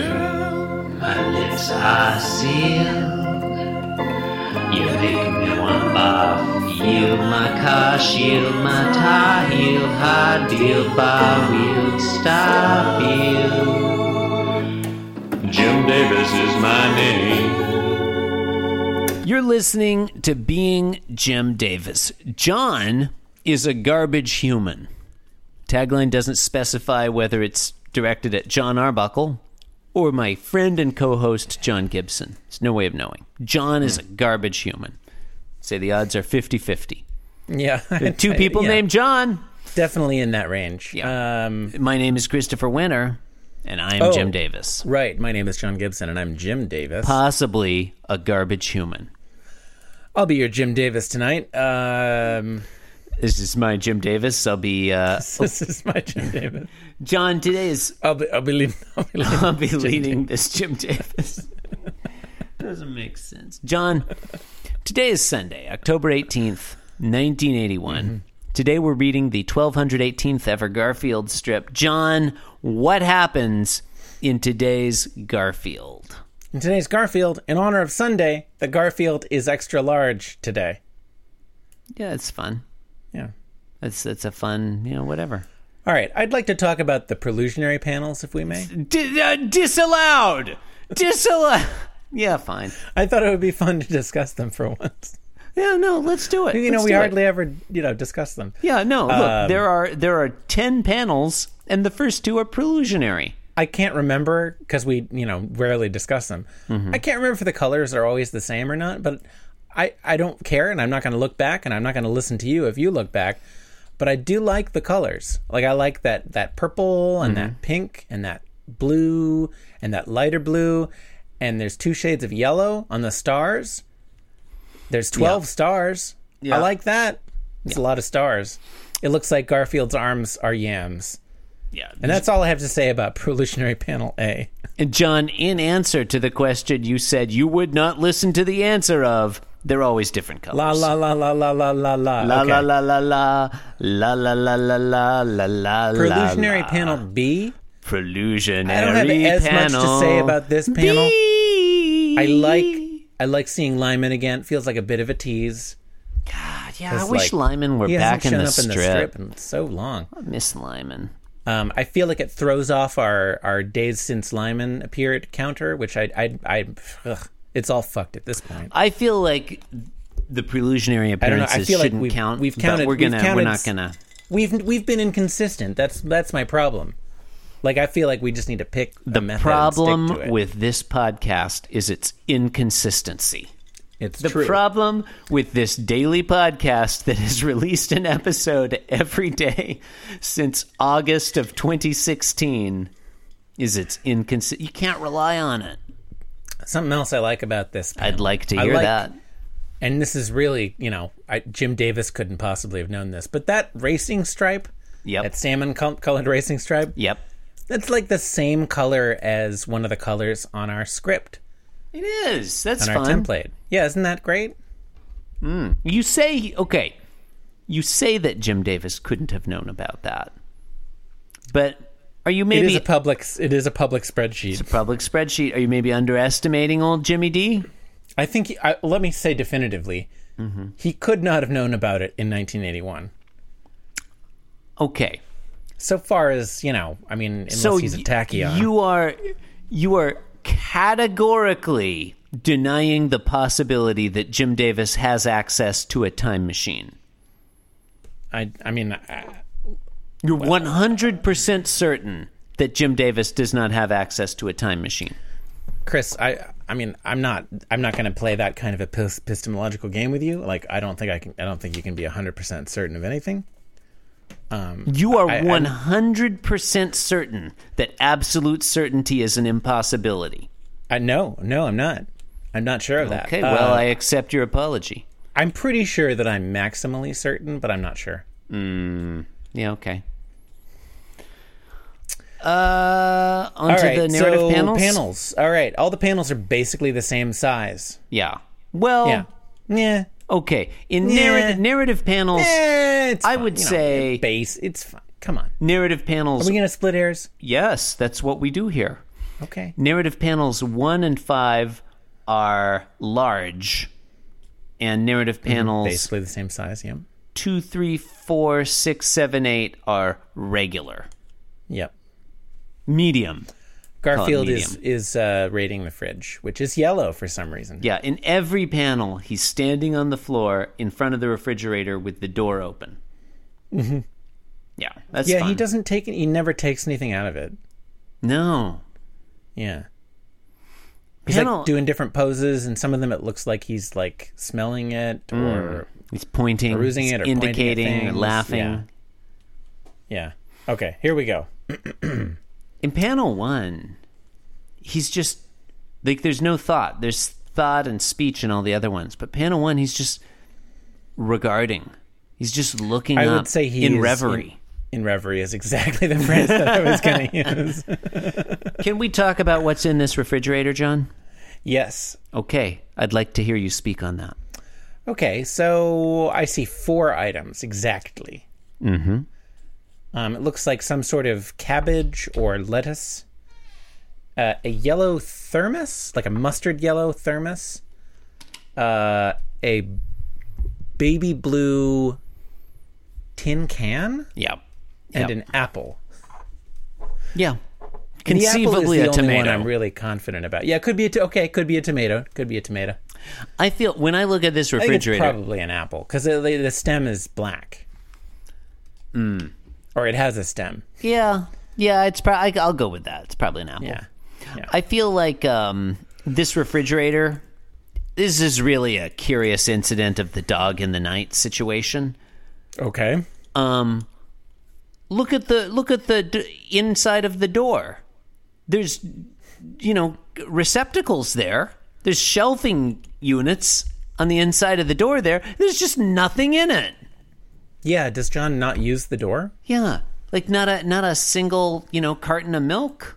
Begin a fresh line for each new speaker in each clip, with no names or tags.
Girl, my lips are sealed. You make me wanna barf. Yield my car, shield my tie, heel, hard deal, bar wheel, stop you. Jim Davis is my name.
You're listening to Being Jim Davis. John is a garbage human. Tagline doesn't specify whether it's directed at John Arbuckle or my friend and co host, John Gibson. There's no way of knowing. John is a
Hmm.
garbage human. Say the odds are 50 50.
Yeah.
Two people
Uh, Yeah,
named John.
Definitely in that range.
Yeah.
Um,
My name is Christopher Winter, and I am
Oh.
Jim Davis.
right. My name is John Gibson, and I'm Jim Davis.
Possibly a garbage human.
I'll be your Jim Davis tonight. Um,
This is my Jim Davis. I'll be uh,
this is my Jim Davis.
John. Today is
I'll be, I'll be leaving. I'll be leaving.
I'll be leading this Jim Davis. Doesn't make sense. John, today is Sunday, October 18th, 1981. Today we're reading the 1218th ever Garfield strip. John, what happens in today's Garfield?
In today's Garfield, in honor of Sunday, the Garfield is extra large today.
Yeah, it's fun.
Yeah.
That's that's a fun, you know, whatever.
All right. I'd like to talk about the prelusionary panels, if we may.
Di- uh, disallowed. Disallowed. yeah, fine.
I thought it would be fun to discuss them for once.
Yeah, no, let's do it.
You know,
Let's
we
do it.
hardly ever, you know, discuss them.
Yeah, no. Look,
Um,
there are there are ten panels, and the first two are prelusionary.
I can't remember because we, you know, rarely discuss them. I can't remember if the colors are always the same or not, but I, I don't care and I'm not going to look back and I'm not going to listen to you if you look back. But I do like the colors. Like I like that that purple and that pink and that blue and that lighter blue and there's two shades of yellow on the stars. There's 12 stars. I like that. It's a lot of stars. It looks like Garfield's arms are yams.
Yeah,
And that's all I have to say about Prelutionary Panel A.
and John, in answer to the question you said you would not listen to the answer of, they're always different colors.
La la la la la la la la.
La
Okay.
la la la la la la la la la la la
Prelusionary
la.
Panel B.
Prelusionary
I don't have as much
panel.
to say about this panel.
Bee.
I like I like seeing Lyman again. Feels like a bit of a tease.
Yeah, I
It's
wish
like,
Lyman were
he hasn't
back in
shown
the
up
strip.
in the strip in so long.
Miss Lyman.
Um, I feel like it throws off our our days since Lyman appeared counter, which I I, I ugh, it's all fucked at this point.
I feel like the prelusionary
I don't know.
appearances
I feel like
shouldn't
we've,
count.
We've
but
counted.
We're
we've
gonna.
counted
we're not
s-
gonna.
We've we've been inconsistent. That's that's my problem. Like I feel like we just need to pick the method and stick to
Problem
it.
with this podcast is its inconsistency.
it's
The
true.
problem with this daily podcast that has released an episode every day since August of 2016 is its inconsistent. You can't rely on it.
Something else I like about this,
I'd like to
I
hear
like-
that.
and this is really you know I, Jim Davis couldn't possibly have known this, but that racing stripe,
Yep.
that salmon col- colored racing stripe,
yep.
that's like the same color as one of the colors on our script
It is. That's
on our
fun.
template. Yeah, isn't that great?
You say okay. You say that Jim Davis couldn't have known about that, but are you
It
maybe
is a public. It is a public spreadsheet.
public spreadsheet? Are you maybe underestimating old Jimmy D?
I think, he, I, let me say definitively,
Mm-hmm.
he could not have known about it in 1981.
Okay,
So far as, you know, I mean, unless
so
he's a
y-
tachyon.
You are you are categorically denying the possibility that Jim Davis has access to a time machine.
I, I mean, I,
You're one hundred percent certain that Jim Davis does not have access to a time machine.
Chris, I, I mean, I'm not, I'm not going to play that kind of a pis- epistemological game with you. Like, I don't think I can, I don't think you can be 100% certain of anything.
You are
I-
one hundred percent certain that absolute certainty is an impossibility.
I, no, no, I'm not. I'm not sure of that.
Okay, well,
Uh,
I accept your apology.
I'm pretty sure that I'm maximally certain, but I'm not sure.
Yeah, okay. Uh, onto the narrative
so
panels.
All right, all the panels are basically the same size.
Yeah. Well,
Yeah. Yeah.
okay. In
Yeah.
narrative narrative panels,
Eh, it's
Oh, I
fine,
would
you know,
say-
base. It's fine. Come on. Are
narrative panels.
we gonna split hairs?
yes, that's what we do here.
Okay.
Narrative panels one and five are large, and narrative panels
Basically the same size. Yep.
two, three, four, six, seven, eight are regular,
Yep.
medium.
Garfield is
medium.
is uh, raiding the fridge, which is yellow for some reason.
Yeah, in every panel, he's standing on the floor in front of the refrigerator with the door open. Mm-hmm. Yeah, that's
Yeah,
fun.
he doesn't take he never takes anything out of it.
No,
Yeah. He's
Panel-
like doing different poses, and some of them it looks like he's like smelling it or
he's pointing,
Perusing
he's
it or pointing at
indicating, or
things,
laughing.
yeah. yeah. Okay, here we go.
in panel one, he's just like there's no thought. There's thought and speech in all the other ones, but panel one, he's just regarding. He's just looking
I
up
would say he
in
is
reverie.
In, in reverie is exactly the phrase that I was going to use.
Can we talk about what's in this refrigerator, John?
Yes.
Okay, I'd like to hear you speak on that.
Okay, so I see four items exactly. Mm-hmm. Um, it looks like some sort of cabbage or lettuce, uh, a yellow thermos, like a mustard yellow thermos, uh, a baby blue tin can,
Yeah,
and
Yep.
an apple.
yeah.
The
Conceivably
apple is the
a
only one
tomato.
I'm really confident about. Yeah, it could be a t- okay, could be a tomato, could be a tomato.
I feel when I look at this
I think it's
refrigerator,
probably an apple because the stem is black.
Hmm.
Or it has a stem.
yeah, yeah, it's probably I'll go with that. It's probably an apple.
Yeah.
I feel like um, this refrigerator. This is really a curious incident of the dog in the night situation.
Okay.
Um, Look at the look at the d- inside of the door. There's, you know, receptacles there. There's shelving units on the inside of the door. There, there's just nothing in it.
Yeah. Does John not use the door?
Yeah, like not a not a single you know carton of milk,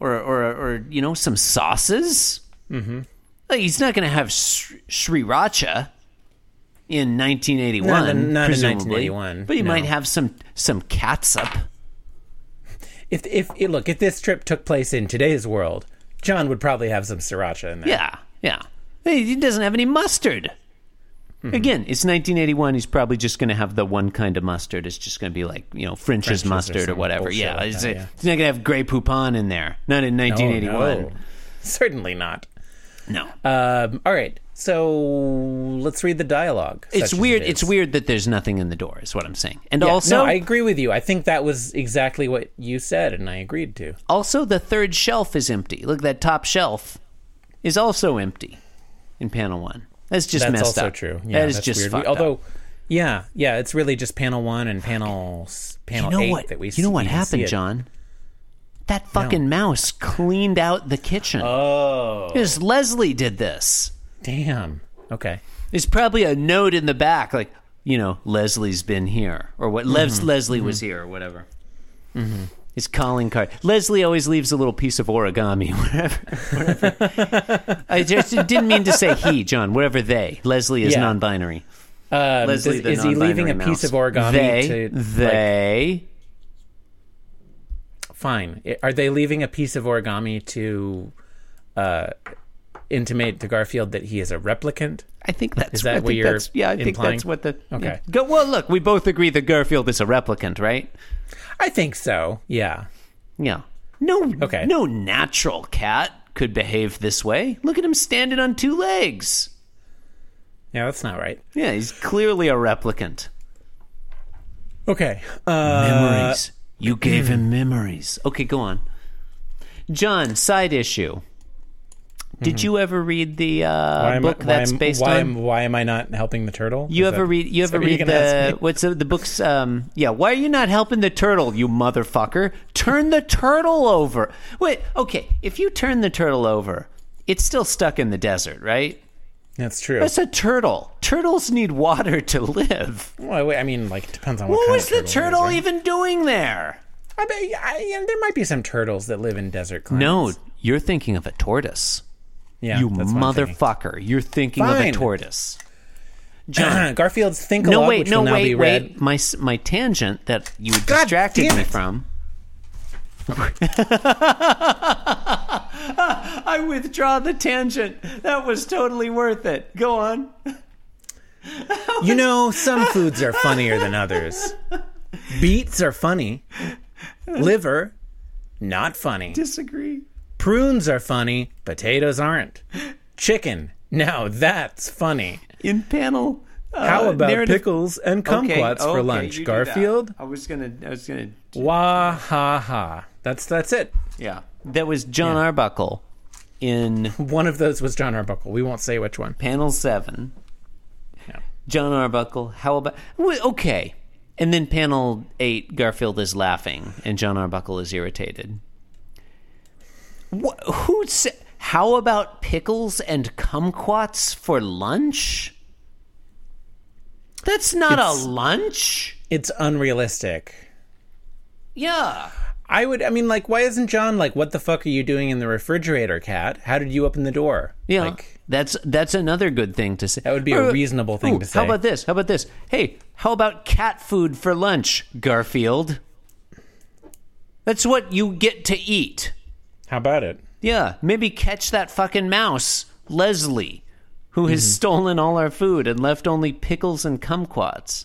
or or or you know some sauces. Mm-hmm. Like, he's not going to have sh- sriracha in 1981.
Not in- not in
presumably.
1981,
But he might
no.
have some some catsup.
If if eh, look if this trip took place in today's world, John would probably have some sriracha in there.
Yeah, yeah. Hey, He doesn't have any mustard.
Mm-hmm.
Again, it's 1981. He's probably just going to have the one kind of mustard. It's just going to be like you know French's
or
mustard or,
some
whatever.
bullshit
Yeah,
like
it's,
that,
a-
yeah.
he's not going to have Grey Poupon in there. Not in 1981.
no. Certainly not.
no.
Um, all right. So let's read the dialogue.
it's
such as it
weird.
is.
it's weird that there's nothing in the door. Is what I'm saying. And
Yeah,
also,
no, I agree with you. I think that was exactly what you said, and I agreed to.
also the third shelf is empty. Look, that top shelf is also empty in panel one. That's just
that's
messed
also
up.
true.
that is
that's
just
weird. We-
fucked up.
although, yeah, yeah, it's really just panel one and panel s- panel
you know
eight
what?
that we
you know
see-
what
we can see
happened,
it.
John? That fucking mouse cleaned out the kitchen.
Oh,
Because Leslie did this.
damn. Okay.
There's probably a note in the back, like you know, Leslie's been here, or
Mm-hmm.
what? Les- Leslie was here, or whatever. Mm-hmm. His calling card. Leslie always leaves a little piece of origami wherever. wherever. I just didn't mean to say he, John. Whatever they. Leslie is
Yeah.
non-binary.
Um,
Leslie,
does-
the
is he leaving a
non-binary
piece
mouse.
of origami?
They,
to,
they.
like, fine. I- Are they leaving a piece of origami to uh, intimate to Garfield that he is a replicant?
I think that's I
that what
think
you're
that's- Yeah, I think
implying?
that's what the.
Okay.
yeah. Go, well, look, we both agree that Garfield is a replicant, right?
I think so. Yeah.
Yeah. No.
Okay.
No natural cat could behave this way. Look at him standing on two legs.
Yeah, that's not right.
Yeah, he's clearly a replicant.
Okay. Uh, hmm.
Memories. you gave him memories. Okay, go on. John, side issue. Did you ever read the uh,
Mm-hmm. am-
book that's
am-
based
why
on?
am, why am I not helping the turtle?
You
Is
ever
that-
read? You
is
ever
that what
read
you're gonna ask me?
the what's the, the books? Um, yeah. Why are you not helping the turtle, you motherfucker? Turn the turtle over. Wait. Okay. If you turn the turtle over, it's still stuck in the desert, right?
That's true.
It's a turtle. Turtles need water to live.
Well, wait, I mean, like it depends on what.
What
kind
was
of
the
turtle it
turtle
is, right?
even doing there?
I bet I, yeah, there might be some turtles that live in desert climates.
No, you're thinking of a tortoise.
yeah,
you
that's what I'm thinking.
motherfucker. You're thinking of a
Fine.
tortoise. John.
Garfield's think
No,
Along,
wait,
which
no,
will now be
wait,
read.
wait. My s- my tangent that you
God
distracted
damn
me
it.
from. I withdraw the tangent. That was totally worth it. Go on.
You know, some foods are funnier than others. Beets are funny. Liver, not funny.
Disagree.
Prunes are funny. Potatoes aren't. Chicken, now that's funny.
In panel. uh,
How about
narrative-
pickles and
Okay,
kumquats for
okay,
lunch,
you do that.
Garfield?
I was gonna. I was gonna.
Wah ha ha. That's that's it.
Yeah. That was John Arbuckle in
One of those was John Arbuckle. We won't say which one.
panel seven.
Yeah.
John Arbuckle. How about w- okay? And then panel eight, Garfield is laughing, and John Arbuckle is irritated. Wha who said? How about pickles and kumquats for lunch? That's not
It's-
a lunch.
It's unrealistic.
Yeah.
I would. I mean, like, why isn't John like, what the fuck are you doing in the refrigerator, cat? How did you open the door?
Yeah,
Like,
that's that's another good thing to say. That
would be a reasonable thing to
How
say.
about this? How about this? Hey, how about cat food for lunch, Garfield? That's what you get to eat.
how about it?
Yeah, maybe catch that fucking mouse, Leslie, who has
Mm-hmm.
stolen all our food and left only pickles and kumquats.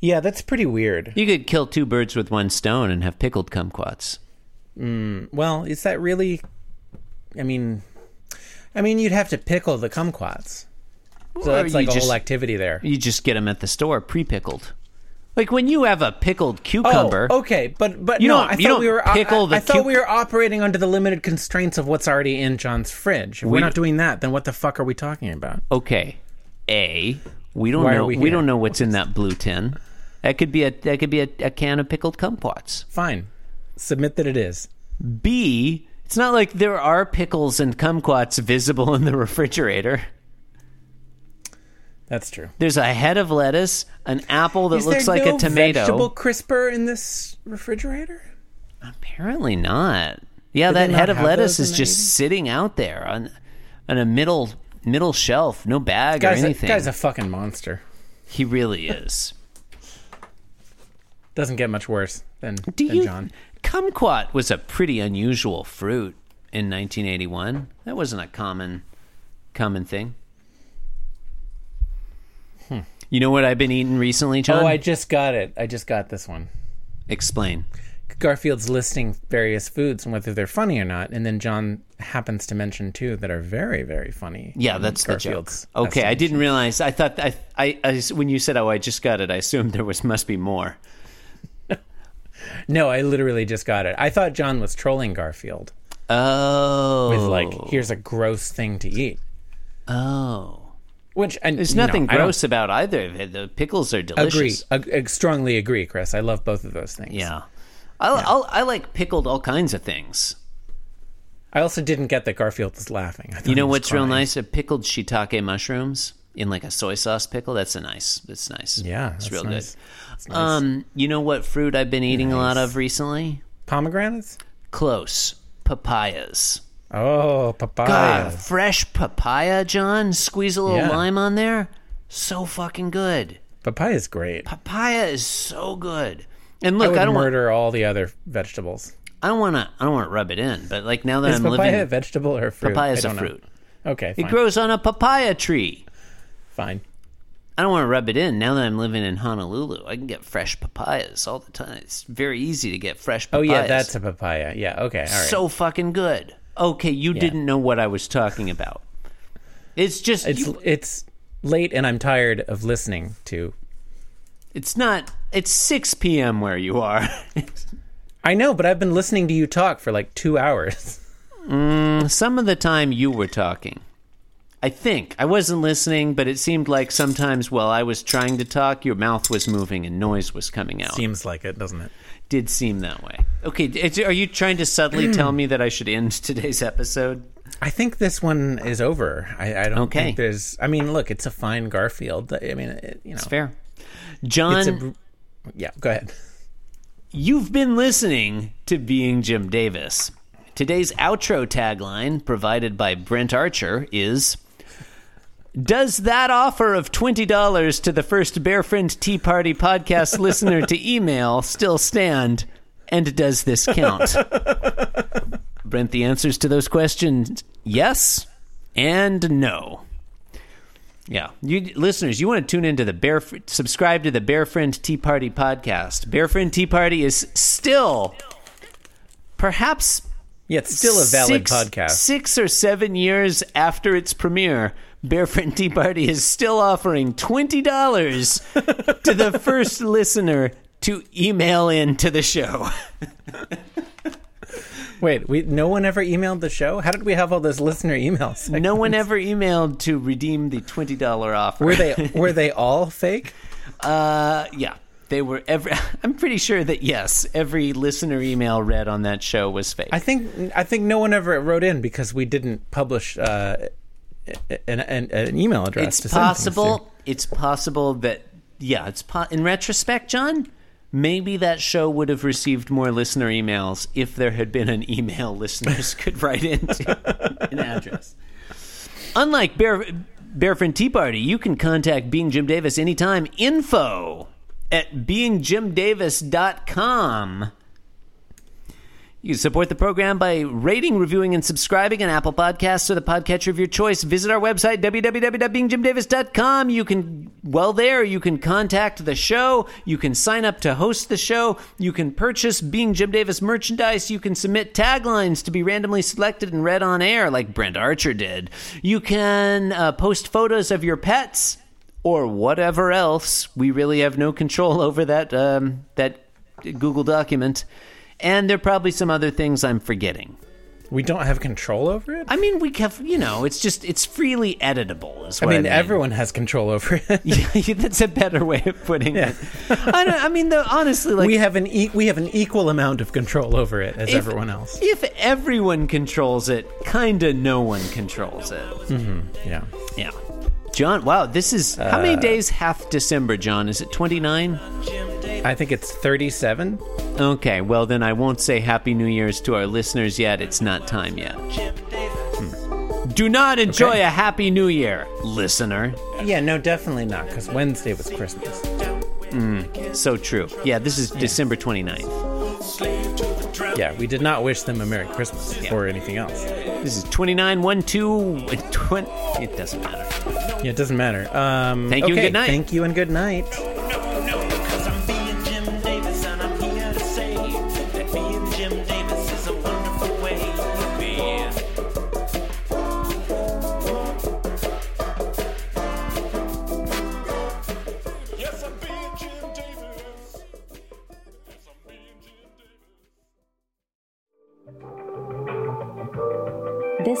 Yeah, that's pretty weird.
You could kill two birds with one stone and have pickled kumquats.
Well, is that really? I mean, I mean, you'd have to pickle the kumquats. So
Or
that's like
you
a
just-
whole activity there.
You just get them at the store, pre-pickled. Like when you have a pickled cucumber.
Oh, okay, but but
You
no,
don't-
I
you
thought
don't
we were I-
pickle the
I, thought
cuc-
we were operating under the limited constraints of what's already in John's fridge. If we're not doing that, then what the fuck are we talking about?
okay a we don't
Why are
know we,
we
don't
here?
know what's in that blue tin that could be a that could be a, a can of pickled kumquats
Fine, submit that it is.
b it's not like there are pickles and kumquats visible in the refrigerator
That's true.
there's a head of lettuce an apple that
Is
looks
there
like
no
a tomato
vegetable crisper in this refrigerator?
apparently not yeah
they
that
not
head of
have
lettuce
those
is
in the
just
80s?
sitting out there on on a middle middle shelf no bag
Guy's
or
a,
anything
guy's a fucking monster.
he really is
Doesn't get much worse than,
Do
than
you?
John.
Kumquat was a pretty unusual fruit in 1981. That wasn't a common, common thing. Hmm. You know what I've been eating recently, John?
Oh, I just got it. I just got this one.
Explain.
Garfield's listing various foods and whether they're funny or not, and then John happens to mention two that are very, very funny.
Yeah,
in
that's
Garfield's
the joke. Okay, I
estimation.
didn't realize. I thought I, I, I- when you said, "Oh, I just got it," I assumed there was must be more.
No, I literally just got it. I thought John was trolling Garfield
Oh,
with like, "Here's a gross thing to eat,"
oh,
which and,
there's nothing gross about either of it. The pickles are delicious.
Agree. Ag- ag- strongly agree, Chris. I love both of those things.
Yeah, I, I'll, I like pickled all kinds of things.
I also didn't get that Garfield was laughing. I thought
You
he
know
was
what's real
crying.
nice? A pickled shiitake mushrooms in like a soy sauce pickle. That's a nice. That's nice.
Yeah,
it's
that's
real
nice. That's
good.
nice.
Um, you know what fruit I've been eating a lot
Nice.
of recently?
Pomegranates.
Close papayas.
Oh,
God,
papaya.
fresh papaya, John. Squeeze a little
Yeah.
lime on there. So fucking good.
Papaya is great.
Papaya is so good. And
I
look,
would
I, don't want,
murder all the other vegetables.
I don't want to. I don't want to rub it in. But like now that
Is
I'm
papaya a
living,
vegetable or a fruit?
papaya is
I
a
don't know.
fruit.
Okay,
It
fine.
grows on a papaya tree.
fine.
I don't want to rub it in. Now that I'm living in Honolulu, I can get fresh papayas all the time. It's very easy to get fresh
Oh
papayas.
yeah, that's a papaya. Yeah. Okay. All right.
so fucking good. Okay, you didn't know what I was talking about. It's just
it's
you-
it's late and I'm tired of listening to.
it's not it's 6 p.m. where you are.
I know, but I've been listening to you talk for like two hours.
Some of the time you were talking. I think I wasn't listening, but it seemed like sometimes while I was trying to talk, your mouth was moving and noise was coming out.
Seems like it, doesn't it?
Did seem that way. Okay, it's, are you trying to subtly tell me that I should end today's episode?
I think this one is over. I, I don't
Okay.
think there's. I mean, look, it's a fine Garfield. I mean, it, you know, it's,
Fair. John,
a. br- Yeah. Go ahead.
you've been listening to Being Jim Davis. Today's outro tagline, provided by Brent Archer, is Does that offer of $20 to the first Bear Friend Tea Party podcast listener to email still stand? And does this count? Brent, the answers to those questions yes and no. Yeah, you listeners, you want to tune into the Bear subscribe to the Bear Friend Tea Party podcast. Bear Friend Tea Party is still perhaps
Yeah, it's still a valid
six,
podcast.
Six or seven years after its premiere, Bear Friend Tea Party is still offering twenty dollars to the first listener to email in to the show.
Wait, we no one ever emailed the show. How did we have all those listener emails?
No one ever emailed to redeem the twenty dollar offer.
were they were they all fake?
Uh, yeah, they were. Every I'm pretty sure that yes, every listener email read on that show was fake.
I think I think no one ever wrote in because we didn't publish uh, an, an, an email address.
it's
to send things to.
possible. It's possible that yeah. It's po- in retrospect, John. Maybe that show would have received more listener emails if there had been an email listeners could write into an address. Unlike Bear Bearfriend Tea Party, you can contact Being Jim Davis anytime. Info at beingjimdavis.com. You can support the program by rating, reviewing, and subscribing on Apple Podcasts or the podcatcher of your choice. Visit our website, www.beingjimdavis.com. You can, well, there, you can contact the show. You can sign up to host the show. You can purchase Being Jim Davis merchandise. You can submit taglines to be randomly selected and read on air, like Brent Archer did. You can uh, post photos of your pets or whatever else. We really have no control over that, um, that Google document. And there are probably some other things I'm forgetting.
We don't have control over it.
I mean, we have, you know, it's just, it's freely editable, is
I
what
mean, everyone has control over it.
That's a better way of putting it. I, don't, I mean, though, honestly, like,
we have an e- we have an equal amount of control over it as
if-
everyone else.
If everyone controls it, kinda no one controls it.
Hmm. Yeah.
Yeah. John, wow, this is, how
Uh,
many days half December, John? Is it 29?
I think it's 37.
Okay, well, then I won't say Happy New Year's to our listeners yet. It's not time yet. Hmm. Do not enjoy
Okay.
a Happy New Year, listener.
Yeah, no, definitely not cuz Wednesday was Christmas.
So true. Yeah, this is December 29th.
Yeah, we did not wish them a merry Christmas or anything else.
This is 29 1 2 20. It doesn't matter.
Yeah, it doesn't matter. Um
Thank you and
okay,
good night.
Thank you and good night.
No, no, because I'm being Jim Davis and I'm here to say that being Jim Davis is a wonderful way to be. Yes, I'm being Jim Davis. Yes, I'm being Jim Davis.
This